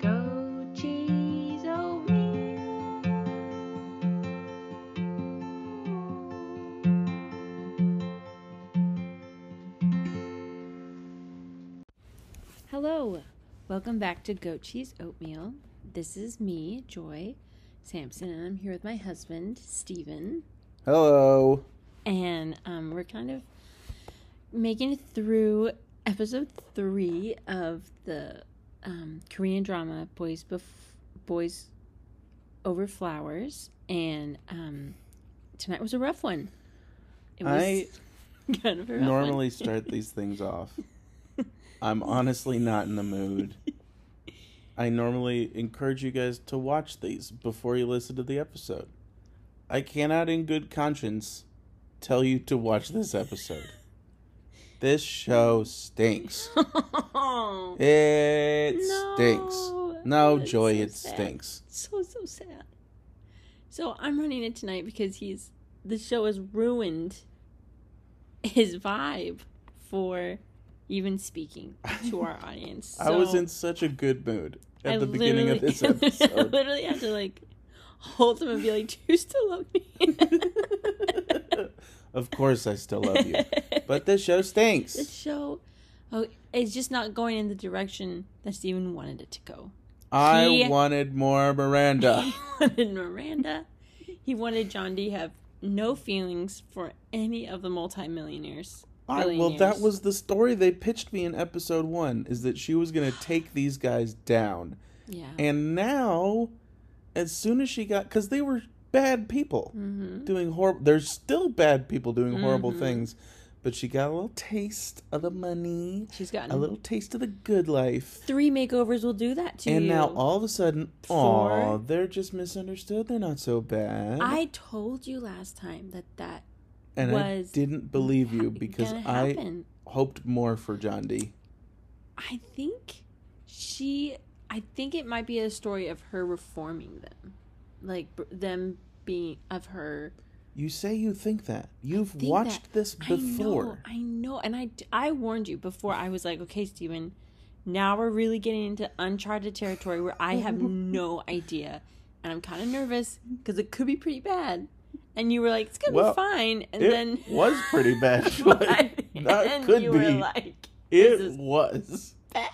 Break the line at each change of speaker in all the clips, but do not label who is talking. Go cheese oh, o Hello, welcome back to Goat Cheese Oatmeal. This is me, Joy Sampson, and I'm here with my husband, Steven.
Hello.
And um, we're kind of making it through episode three of the um, Korean drama Boys Bef- Boys Over Flowers. And um, tonight was a rough one. It was
I
kind of a rough
normally start these things off. I'm honestly not in the mood. I normally encourage you guys to watch these before you listen to the episode. I cannot, in good conscience, tell you to watch this episode. This show stinks.
one.
It stinks.
No,
No,
that's
Joy,
so
it
sad.
stinks.
So so sad. So I'm running it tonight because he's the show has ruined his vibe for even speaking to our audience.
I was
So
in such a good mood at
I
the beginning of this
literally- I
episode.
literally had to like hold him and be like, "Do you still love me?"
of course, I still love you. But this show stinks.
the show, oh, it's just not going in the direction that Steven wanted it to go.
I
He-
wanted more Miranda.
He wanted Miranda. He wanted John D. have no feelings for any of the multimillionaires.
I, well, that
Billionaires.
was the story they pitched me in episode one: is that she was going to take these guys down,
Yeah.
and now, as soon as she got, because they were bad people
Mm-hmm.
doing horrible. They're still bad people doing horrible
Mhm.
things, but she got a little taste of the money,
She's gotten
a little taste of the good life.
three makeovers will do that to
And
you.
now all of a sudden,
Four.
oh, they're just misunderstood. They're not so bad.
I told you last time that that
and I
was
didn't believe you
ha-
because
gonna
I
happen.
hoped more for John D.
I think she. I think it might be a story of her reforming them, like br- them being of her
You say you think that. You've
think
watched this before.
I know, I know, and I I warned you before. I was like, okay, Steven, now we're really getting into uncharted territory where I have no idea, and I'm kind of nervous because it could be pretty bad. And you were like, it's gonna
Well,
be fine, and
it
then
was pretty bad, but that
and
could
you
be.
were like, this
It
is
was.
bad.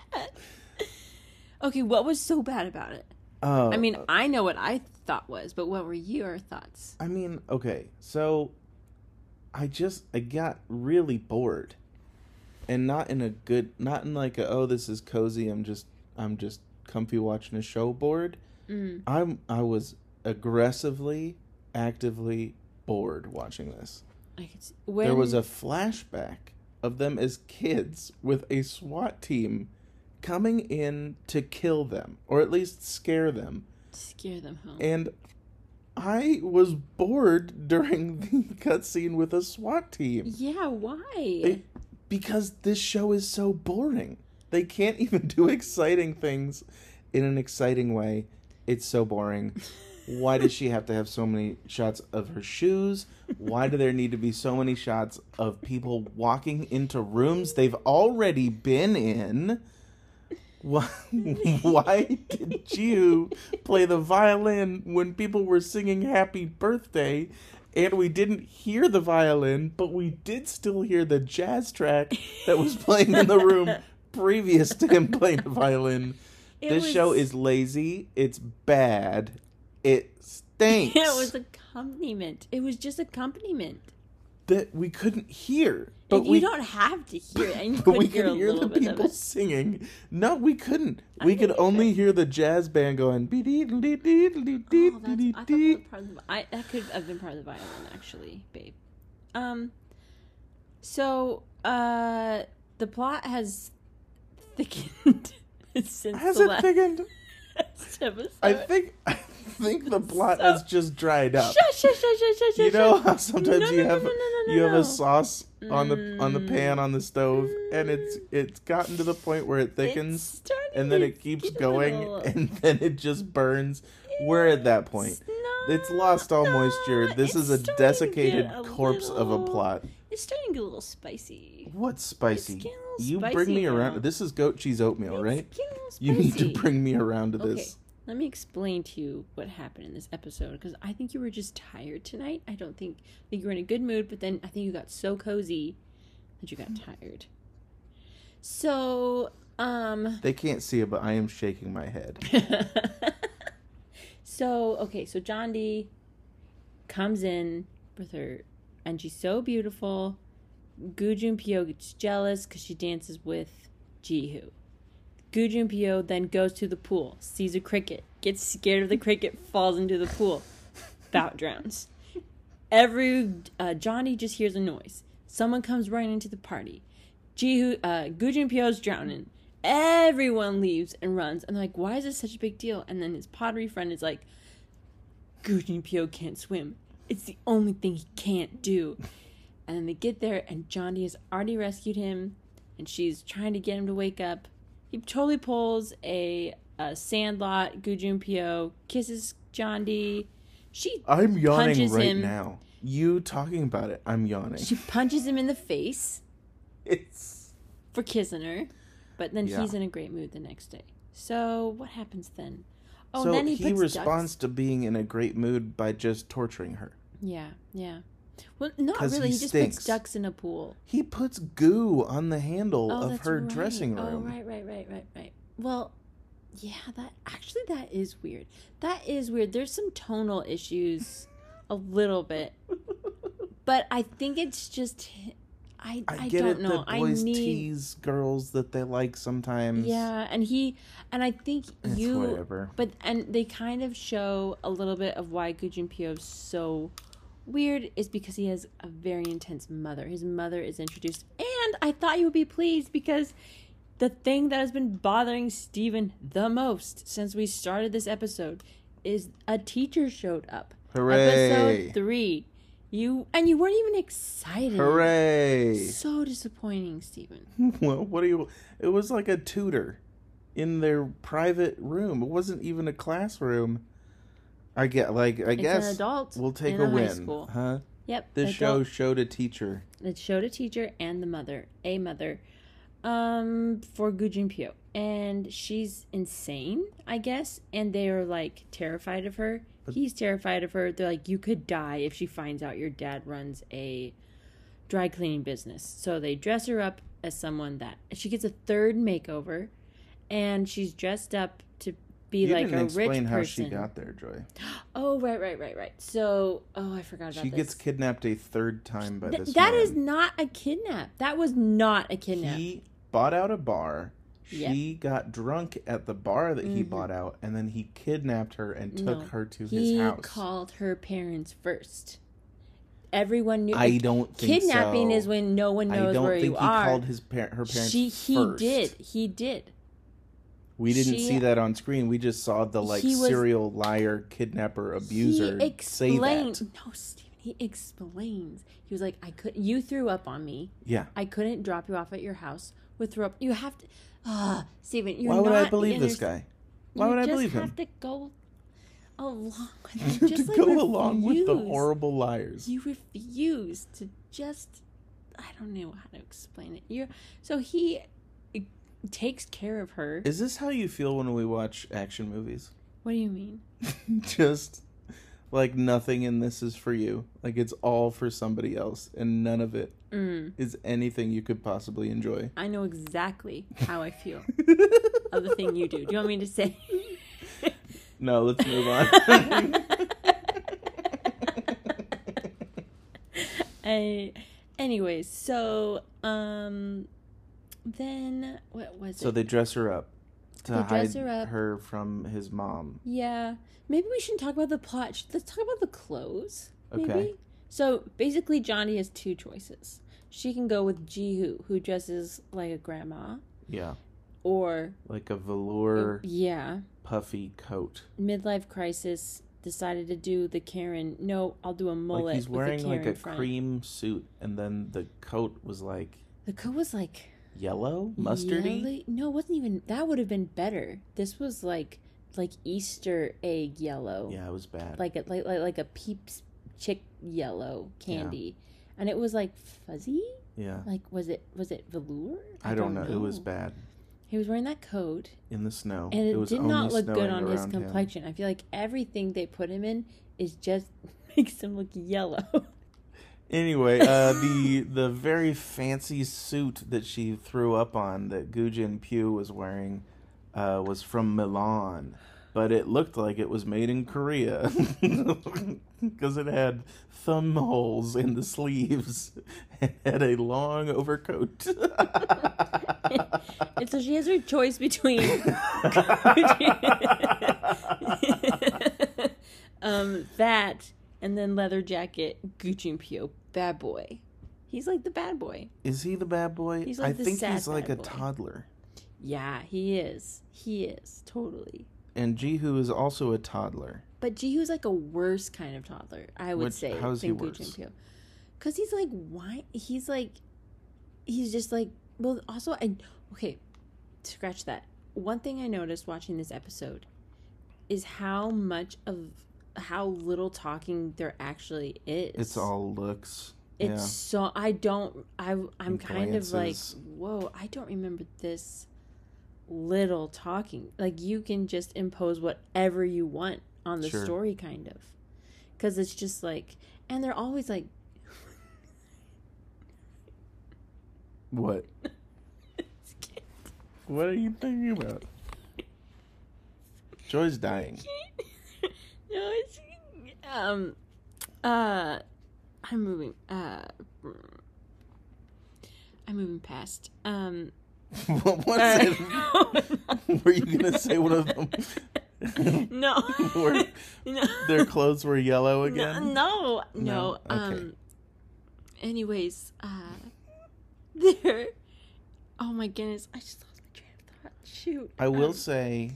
Okay, what was so bad about it?
Oh,
I mean, I know what I thought was, but what were your thoughts?
I mean, okay. So, I just I got really bored, and not in a good, not in like a oh this is cozy. I'm just I'm just comfy watching a show bored.
Mm.
I'm I was aggressively, actively bored watching this.
I could s- when,
there was a flashback of them as kids with a SWAT team coming in to kill them or at least scare them
scare them home.
and I was bored during the cutscene with a SWAT team
yeah, why?
It- because this show is so boring. They can't even do exciting things in an exciting way. It's so boring. Why does she have to have so many shots of her shoes? Why do there need to be so many shots of people walking into rooms they've already been in? Why, why did you play the violin when people were singing happy birthday and we didn't hear the violin, but we did still hear the jazz track that was playing in the room previous to him playing the violin?
It
this
was-
show is lazy, it's bad, it
It
stinks.
was accompaniment. It was just accompaniment.
that we couldn't hear.
But
But
you
we
don't have to hear it, and you
but
could
we
hear
could
a
hear
little
the
bit of
people
it.
singing. No, we couldn't.
I
we
think
could
you
only
could.
hear the jazz band going.
Oh, that's, I thought that was part of the. I, that could have been part of the violin, actually, babe. Um, so uh, the plot has thickened since
Has
the
it
last
thickened?
episode.
I think I think the plot
So-
has just dried up.
Shush, shush, shush, shush, shush,
You
shush.
know how sometimes
No,
you
no,
have
no, no, no, no,
you have
no.
a sauce on the on the pan on the stove, and it's
Mm.
it's gotten to the point where it thickens,
It's starting
and then
to
it keeps
get a
going,
little-
and then it just burns. We're at that point. It's lost all
No,
moisture. This
it's
is a
starting to get
desiccated
a
corpse of a
little-
plot.
It's starting to get a little spicy.
What's
It's
spicy?
getting a
You
spicy
bring me
now.
around. This is goat cheese oatmeal,
It's
right?
getting all
You need to
spicy.
bring me around to
Okay.
this.
Let me explain to you what happened in this episode because I think you were just tired tonight. I don't think I think you were in a good mood, but then I think you got so cozy that
Hmm.
you got tired. So, um
They can't see it, but I am shaking my head.
So, okay, so John D comes in with her and she's so beautiful. Gujun Pyo gets jealous cuz she dances with Jihoo. Gujun Pyo then goes to the pool, sees a cricket, gets scared of the cricket, falls into the pool, about drowns. Every uh, Johnny just hears a noise. Someone comes running into the party. Jihu, uh, Gujin Pyo's drowning. Everyone leaves and runs, and they're like, "Why is this such a big deal?" And then his pottery friend is like, "Gujin Pyo can't swim. It's the only thing he can't do." And then they get there, and Johnny has already rescued him, and she's trying to get him to wake up. He totally pulls a, a sandlot. Gujin Pyo kisses Johnny. She
I'm yawning
Punches
right
him.
now. You talking about it? I'm yawning.
she punches him in the face.
It's
for kissing her, but then
Yeah.
he's in a great mood the next day. So what happens then? Oh,
so
then he,
he,
puts
responds
Ducks.
to being in a great mood by just torturing her.
Yeah, yeah. Well, not
'Cause
really.
he
He, just
stinks.
puts ducks in a pool.
He puts goo on the handle
Oh,
of
that's
her
right.
dressing
Oh,
room.
right, right, right, right, right. Well, yeah. That actually, that is weird. That is weird. There's some tonal issues, a little bit, but I think it's just. I, I,
I, get
don't
it
know.
that boys
I need.
tease girls that they like sometimes.
Yeah, and he, and I think
It's
you.
whatever.
But and they kind of show a little bit of why Gujin Pyo's so weird is because he has a very intense mother. His mother is introduced, and I thought you would be pleased because the thing that has been bothering Steven the most since we started this episode is a teacher showed up.
Hooray!
Episode three. You and you weren't even excited.
Hooray!
So disappointing, Steven.
well, what do you? It was like a tutor in their private room. It wasn't even a classroom. I get like I
It's
guess
an adult.
we'll take
in
a
high
win,
school.
huh?
Yep.
This
adult
show showed a teacher.
It showed a teacher and the mother, a mother, um, for Gujin Pyo. And she's insane, I guess. And they are like terrified of her. He's terrified of her. They're like, you could die if she finds out your dad runs a dry cleaning business. So they dress her up as someone that she gets a third makeover, and she's dressed up to be
you
like
didn't
a
explain
rich
how
person.
she got there, Joy.
oh, right, right, right, right. So, oh, I forgot about
She
this.
gets kidnapped a third time by
Th-
this.
that is
man.
not a kidnap. That was not a kidnap.
He bought out a bar.
Yeah. Mm-hmm.
She got drunk at the bar that he bought out, and then he kidnapped her and took
No.
her to
He
his house.
called her parents first. Everyone knew.
I don't think
Kidnapping
so.
is when no one
I
knows
don't
where
think
you
he
are.
called his par- her parents.
she he
first.
did. He did.
We didn't
She-
see that on screen. We just saw the like
He was-
serial liar, kidnapper, abuser.
he
say
explained.
that.
No, Steven. He explains. He was like, "I could. You threw up on me.
Yeah.
I couldn't drop you off at your house with throw up. You have to." Ah, Steven, you're
Why would
not.
I believe this guy? Why would I believe
You
him?
just have to go along with.
You have
just
to
like
go along with the
refuse.
horrible liars.
you refuse to just i don't know how to explain it you're so he eh, takes care of her
Is this how you feel when we watch action movies?
what do you mean
just like nothing in this is for you. Like it's all for somebody else, and none of it
mm,
is anything you could possibly enjoy.
i know exactly how i feel of the thing you do do you want me to say
No, let's move on.
I, anyways so um then what was
so
it
they dress her up to
They dress
hide
her
her,
up.
from his mom.
yeah maybe we shouldn't talk about the plot Sh- let's talk about the clothes
Okay.
maybe so basically johnny has two choices she can go with jihu who dresses like a grandma
Yeah,
or
like a velour
yeah
puffy coat.
midlife crisis decided to do the karen no i'll do a mullet
Like he's wearing
with the karen
like a
front.
cream suit, and then the coat was like
the coat was like
yellow, mustardy.
yellow- no it wasn't even that would have been better this was like like easter egg yellow
Yeah, it was bad.
like a like, like like a peeps chick yellow candy and it was like fuzzy
Yeah.
Like was it was it velour?
I, don't, know. It was bad
He was wearing that coat,
in the snow.
and it,
was
did not
only
look good
snowing
on his
around him.
complexion. I feel like everything they put him in is just makes him look yellow.
Anyway, uh, the the very fancy suit that she threw up on that Gujin Pugh was wearing uh, was from Milan, but it looked like it was made in Korea because it had thumb holes in the sleeves and had a long overcoat.
and so she has her choice between um, that and then leather jacket, Gucci and Pio, bad boy. He's like the bad boy.
Is he the bad boy?
He's like
I
the
think
sad
he's like
bad
a
boy.
toddler.
Yeah, he is. He is totally.
And Jihu is also a toddler.
But Jiho's like a worse kind of toddler, I would
Which-
say.
how is he
than Gucci
worse?
and Pio. Cause he's like why he's like he's just like well also I okay, scratch that. One thing I noticed watching this episode is how much of how little talking there actually is.
It's all looks.
it's
yeah.
so I don't I I'm
And
kind of like
glances.
whoa I don't remember this little talking like you can just impose whatever you want on the
Sure.
story kind of because it's just like and they're always like
What? What are you thinking about? Joy's dying.
no it's um uh I'm moving uh I'm moving past um uh,
what was it? Were you gonna say one of them?
no
Were-
no
Their clothes were yellow
No,
again.
no,
No?
no.
Okay.
Um. Anyways, uh, there. Oh my goodness, I just lost my train of thought. Shoot.
I will
Um,
say,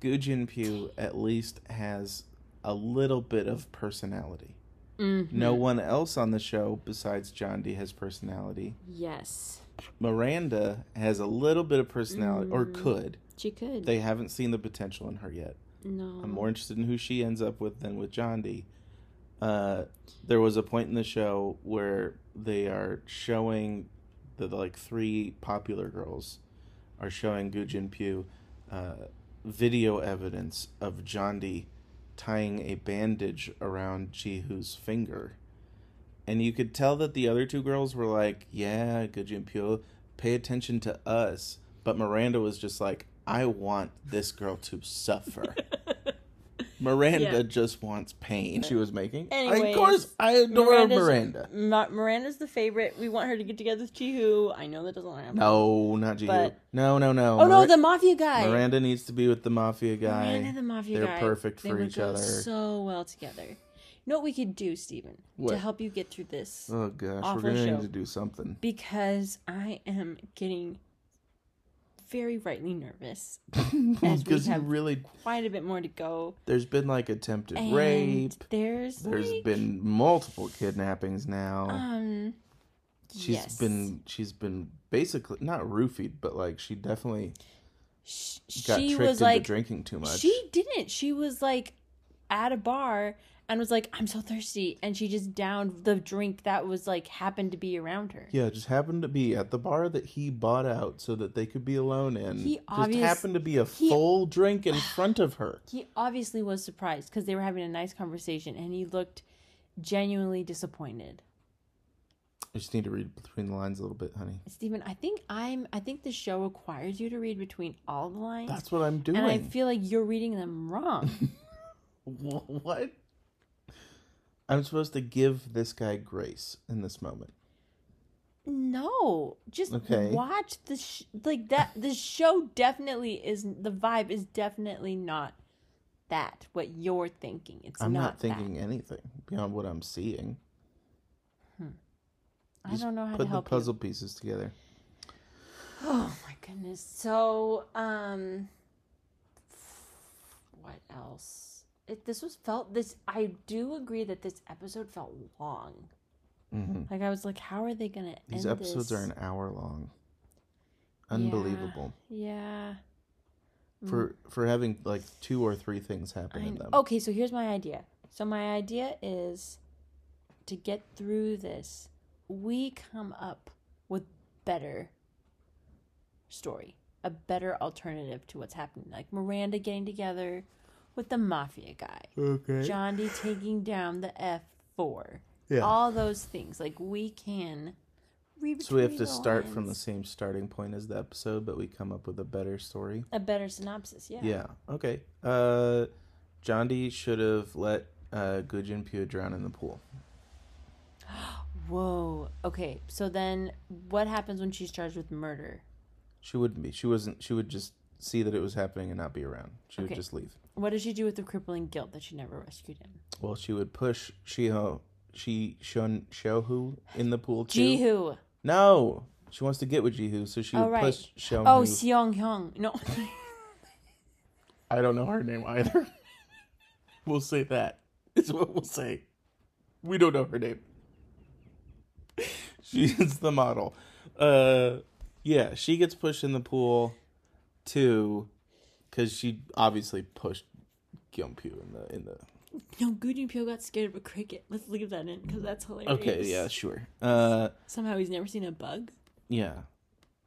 Gujin Pugh at least has a little bit of personality.
mhm.
No one else on the show besides John D has personality.
Yes,
Miranda has a little bit of personality, or
Mm.
could.
she could.
They haven't seen the potential in her yet.
no.
I'm more interested in who she ends up with than with John D. Uh, there was a point in the show where they are showing the like three popular girls are showing Gujin Pugh uh, video evidence of John D tying a bandage around Jiho's finger. And you could tell that the other two girls were like, Yeah, Gujin Pugh, pay attention to us. But Miranda was just like, I want this girl to suffer. Miranda
Yeah.
just wants pain. She was making. of
Anyways,
course, I adore
Miranda's-
Miranda.
Ma- Miranda's the favorite. We want her to get together with Chihu. I know that doesn't happen.
No, not you.
But-
no, no, no.
Oh no,
Mir-
the mafia guy.
Miranda needs to be with the mafia guy.
Miranda the mafia
They're
guy.
perfect
They
for
would
each
go
other.
So well together. You know what we could do, Stephen,
What?
to help you get through this?
oh gosh,
Awful
we're gonna
show.
need to do something.
because I am getting very rightly nervous. As we
Because you
have-
really,
Quite a bit more to go.
there's been like attempted
And
rape.
There's
There's
like,
been multiple kidnappings now.
um.
She's
yes.
been she's been basically not roofied, but like she definitely
Sh-
got
She
tricked
was
into
like.
drinking too much.
She didn't. She was like at a bar and was like, "I'm so thirsty," and she just downed the drink that was like happened to be around her.
Yeah, just happened to be at the bar that he bought out so that they could be alone in.
He
just
obvious-
happened to be a full drink in front of her.
He obviously was surprised because they were having a nice conversation, and he looked genuinely disappointed.
I just need to read between the lines a little bit, honey.
Stephen, I think I'm. I think the show requires you to read between all the lines.
That's what I'm doing.
and I feel like you're reading them wrong.
Wh- what? I'm supposed to give this guy grace in this moment.
no, just
Okay.
watch the sh- like that. The show definitely is. The vibe is definitely not that what you're thinking. It's
I'm not,
not,
thinking anything beyond what I'm seeing.
That. I don't know how to
Put the
help
puzzle pieces together.
you. Oh my goodness. So, um, what else? It, this was felt this. I do agree that this episode felt long.
hmm
Like I was like, how are they gonna
These
end
episodes
this?
are an hour long. Unbelievable
Yeah. Mm,
for for having like two or three things happen
I
in
kn-
them.
Okay, so here's my idea. So my idea is to get through this. we come up with better story, a better alternative to what's happening. Like Miranda getting together with the mafia guy,
Okay.
Oh, John D taking down the F four,
Yeah.
all those things. Like we can. read
so we have to
between the
start from the
lines.
same starting point as the episode, but we come up with a better story.
a better synopsis. Yeah.
Yeah. Okay. Uh, John D should have let uh, Gujin Pyo drown in the pool.
Whoa. Okay. So then, what happens when she's charged with murder?
She wouldn't be. She wasn't. She would just see that it was happening and not be around. She
Okay.
would just leave.
What does she do with the crippling guilt that she never rescued him?
Well, she would push Shiho, she Shun Shohu in the pool too.
Jihu.
No, she wants to get with Jihu, so she
Oh,
would
right.
push Shohu.
Oh, Seong Hyung. No.
I don't know her name either. we'll say that. It's what we'll say. We don't know her name. She is the model. Uh, yeah, she gets pushed in the pool too, because she obviously pushed Gyeongpyu in the in the
no, Gujin Pyo got scared of a cricket. Let's leave that in because that's hilarious.
Okay, yeah, sure. Uh,
Somehow he's never seen a bug.
yeah.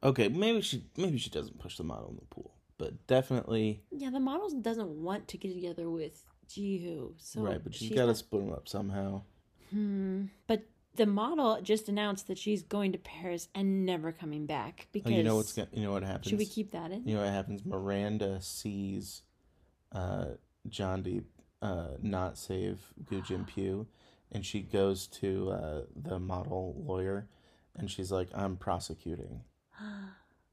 Okay, maybe she maybe she doesn't push the model in the pool, but definitely
Yeah, the model doesn't want to get together with Jihu. So
right. But she's
she's
got to
not-
split them up somehow.
Hmm. But the model just announced that she's going to Paris and never coming back
Oh,
because
you know what's going you know what happens.
should we keep that in?
you know what happens. Miranda sees, uh, John D. Uh, not save Gu Jin Pugh, and she goes to uh, the model lawyer, and she's like, "I'm prosecuting."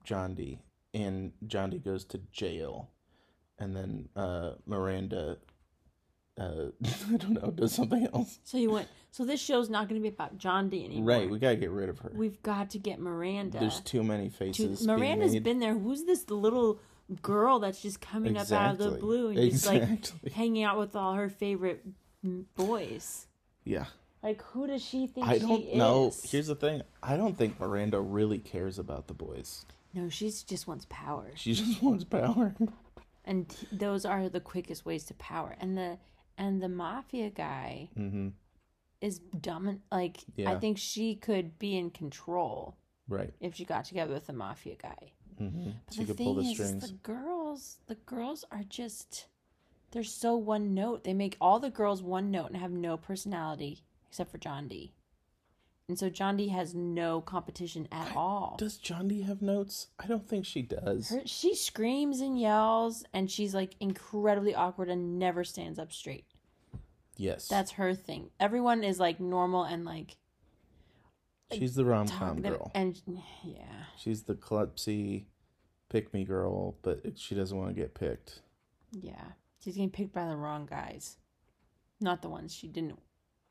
John D. And John D goes to jail. And then uh, Miranda, uh, I don't know, does something else.
So you went. So this show's not going to be about John D anymore.
Right, we gotta get rid of her.
We've got to get Miranda.
There's too many
to,
faces.
Miranda's
being made.
been there. Who's this little girl that's just coming up out of the
Exactly.
blue and just
Exactly.
like hanging out with all her favorite m- boys?
Yeah,
Like, who does she think
I
she
don't
is?
know. Here's the thing: I don't think Miranda really cares about the boys.
no, she just wants power,
She just wants power.
and t- those are the quickest ways to power. And the and the mafia guy
hmm
is dominant. Like, I
Yeah.
think she could be in control
Right.
if she got together with the mafia guy.
hmm
But
She
the
could
thing
pull the
is, is
strings.
the girls, the girls are just, they're so one note. They make all the girls one note and have no personality except for John D. And so John D has no competition at all.
Does John D have notes? I don't think she does.
Her, she screams and yells, and she's like incredibly awkward and never stands up straight.
yes.
That's her thing. Everyone is like normal and like
She's the rom
talk
com
them-
girl.
and yeah.
She's the klutzy pick me girl, but it- she doesn't want to get picked.
Yeah. She's getting picked by the wrong guys. Not the ones she didn't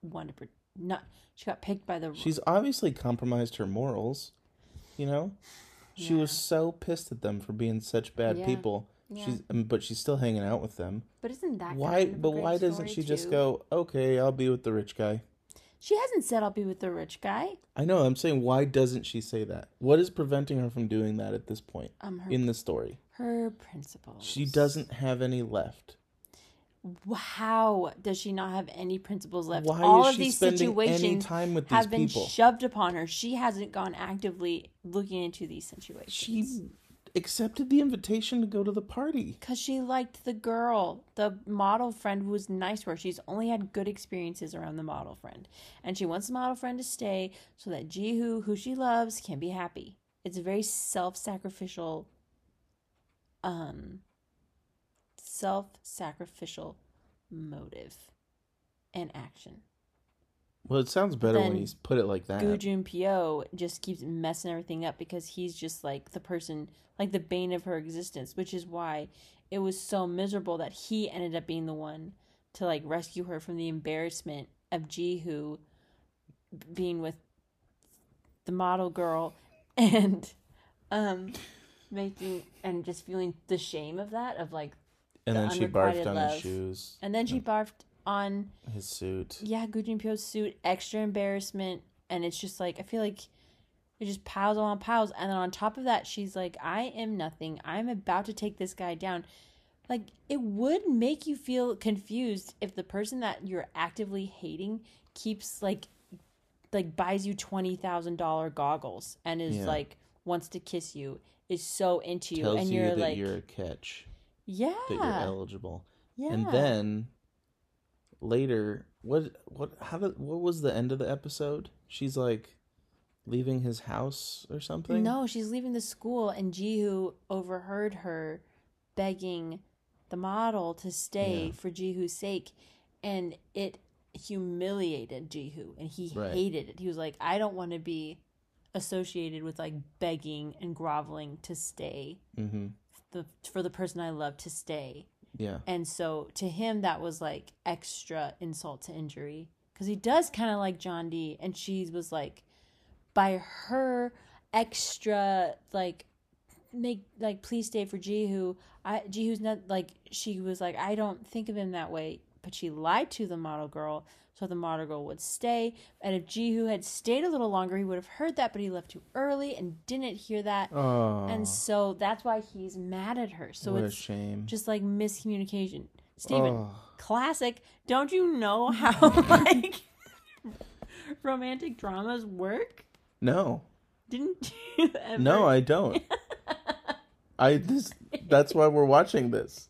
want to pre- not she got picked by the
She's obviously compromised her morals, you know? She was so pissed at them for being such bad
Yeah.
people.
Yeah.
She's um, but she's still hanging out with them.
But isn't that
Why
kind of a
but
great
why doesn't
story,
she just
too?
go, "Okay, I'll be with the rich guy."
She hasn't said I'll be with the rich guy.
I know, I'm saying why doesn't she say that? What is preventing her from doing that at this point
Um her
in the story?
her principles.
She doesn't have any left.
How does she not have any principles left?
Why
All
is
of
she
these
spending any
situations
time with
have
these
been
people?
shoved upon her. She hasn't gone actively looking into these situations.
She accepted the invitation to go to the party.
Because she liked the girl, the model friend who was nice to her. She's only had good experiences around the model friend. And she wants the model friend to stay so that Jihu, who she loves, can be happy. It's a very self sacrificial, um, self sacrificial motive and action.
Well, it sounds better
then
when you put it like that.
Gu Jun Pyo just keeps messing everything up because he's just like the person, like the bane of her existence, which is why it was so miserable that he ended up being the one to like rescue her from the embarrassment of Jihu being with the model girl and um making and just feeling the shame of that of like
and
the
then she
unrequited
barfed on
love.
his shoes,
and then she barfed on
his suit.
yeah, Gu Pyo's suit, extra embarrassment, and it's just like I feel like it just piles on piles, and then on top of that, she's like, "I am nothing. I'm about to take this guy down." Like it would make you feel confused if the person that you're actively hating keeps like like buys you twenty thousand dollar goggles and is
Yeah.
like wants to kiss you, is so into you,
tells
and
you
you're
that
like,
you're a catch,
yeah,
that you're eligible,
yeah,
and then later, what what how did what was the end of the episode? She's like leaving his house or something.
no, she's leaving the school, and Jihu overheard her begging the model to stay
Yeah.
for Jihu's sake, and it humiliated Jihu, and he
Right.
hated it. He was like, I don't want to be associated with like begging and groveling to stay
Mm-hmm.
the for the person I love to stay.
Yeah.
And so to him, that was like extra insult to injury because he does kind of like John D. And she was like, by her extra like make like please stay for Jihu. I Jihu's not like she was like I don't think of him that way, but she lied to the model girl so the model girl would stay. And if Jihu had stayed a little longer, he would have heard that, but he left too early and didn't hear that.
Oh,
And so that's why he's mad at her. So
what a
it's
shame.
just like miscommunication. Steven,
Oh.
classic. Don't you know how like romantic dramas work?
No,
Didn't you ever?
no, I don't. I this that's why we're watching this.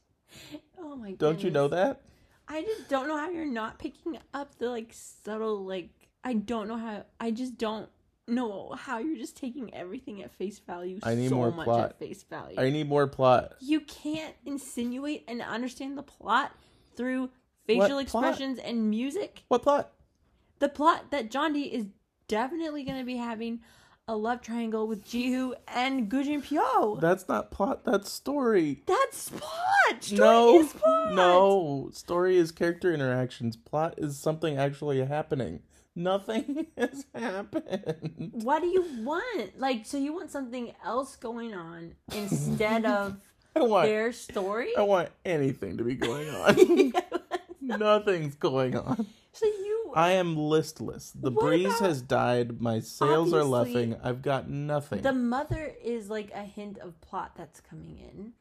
oh my
Don't you know
goodness.
that?
I just don't know how you're not picking up the like subtle like I don't know how I just don't know how you're just taking everything at face value
I need
so
more
much
plot.
at face value.
I need more plot.
you can't insinuate and understand the plot through facial
What plot?
expressions and music.
What plot?
the plot that John D is definitely going to be having a love triangle with Jihu and Gujin Pyo.
That's not plot. That's story.
That's plot. Story
no,
is plot.
no. Story is character interactions. Plot is something actually happening. Nothing has happened.
What do you want? Like, so you want something else going on instead of
I want.
their story?
I want anything to be going on. Nothing's going on.
so you
I am listless. The
What
breeze
about-
has died. My sails are
Obviously-
luffing. I've got nothing.
The mother is like a hint of plot that's coming in,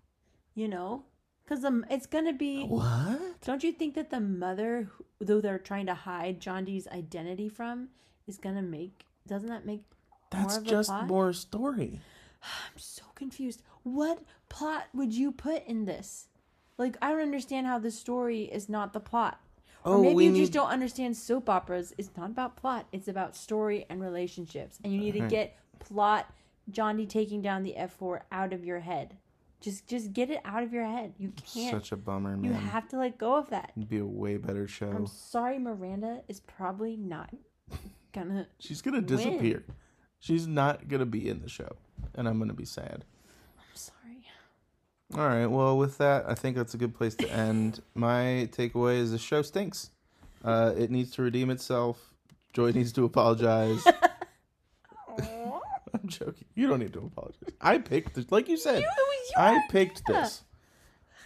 you know, because it's gonna be.
What?
Don't you think that the mother, who- though they're trying to hide John Dee's identity from, is gonna make? Doesn't that make?
That's
of a
just
plot?
more story.
I'm so confused. What plot would you put in this? Like, I don't understand how the story is not the plot.
Oh,
or maybe
we
you just
need-
don't understand soap operas. It's not about plot. It's about story and relationships. And you need to
Alright.
get plot John Dee taking down the F4 out of your head. Just, just get it out of your head. You can't.
Such a bummer, man.
You have to let go of that.
It'd be a way better show.
I'm sorry, Miranda is probably not gonna.
She's gonna disappear. She's not gonna be in the show, and I'm gonna be sad.
I'm sorry.
All right. Well, with that, I think that's a good place to end. My takeaway is the show stinks. Uh, it needs to redeem itself. Joy needs to apologize.
Aw.
I'm joking. You don't need to apologize. I picked this, like you said.
It was your
I picked
idea.
this.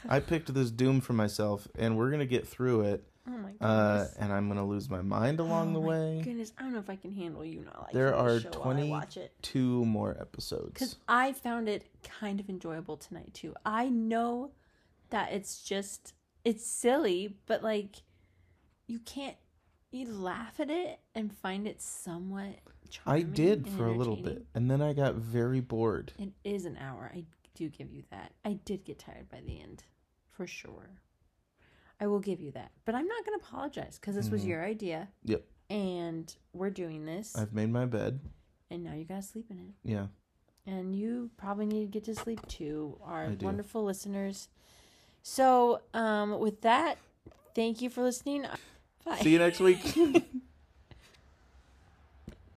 I picked this doom for myself, and we're gonna get through it.
Oh my goodness. Oh
Uh, and I'm gonna lose my mind along the
my
way.
Goodness, I don't know if I can handle you not liking
There
the
are
show while I watch it.
Two more
Because
episodes.
I found it kind of enjoyable tonight too. I know that it's just it's silly, but like you can't you laugh at it and find it somewhat
I
charming.
did
and
for a little bit,
entertaining.
and then I got very bored.
It is an hour. I do give you that. I did get tired by the end, for sure. I will give you that. But I'm not going to apologize because this was your idea.
Mm-hmm. Yep.
And we're doing this.
I've made my bed.
and now you got to sleep in it.
Yeah.
And you probably need to get to sleep too, our
I do.
wonderful listeners. So, um, with that, thank you for listening. Bye.
See you next week.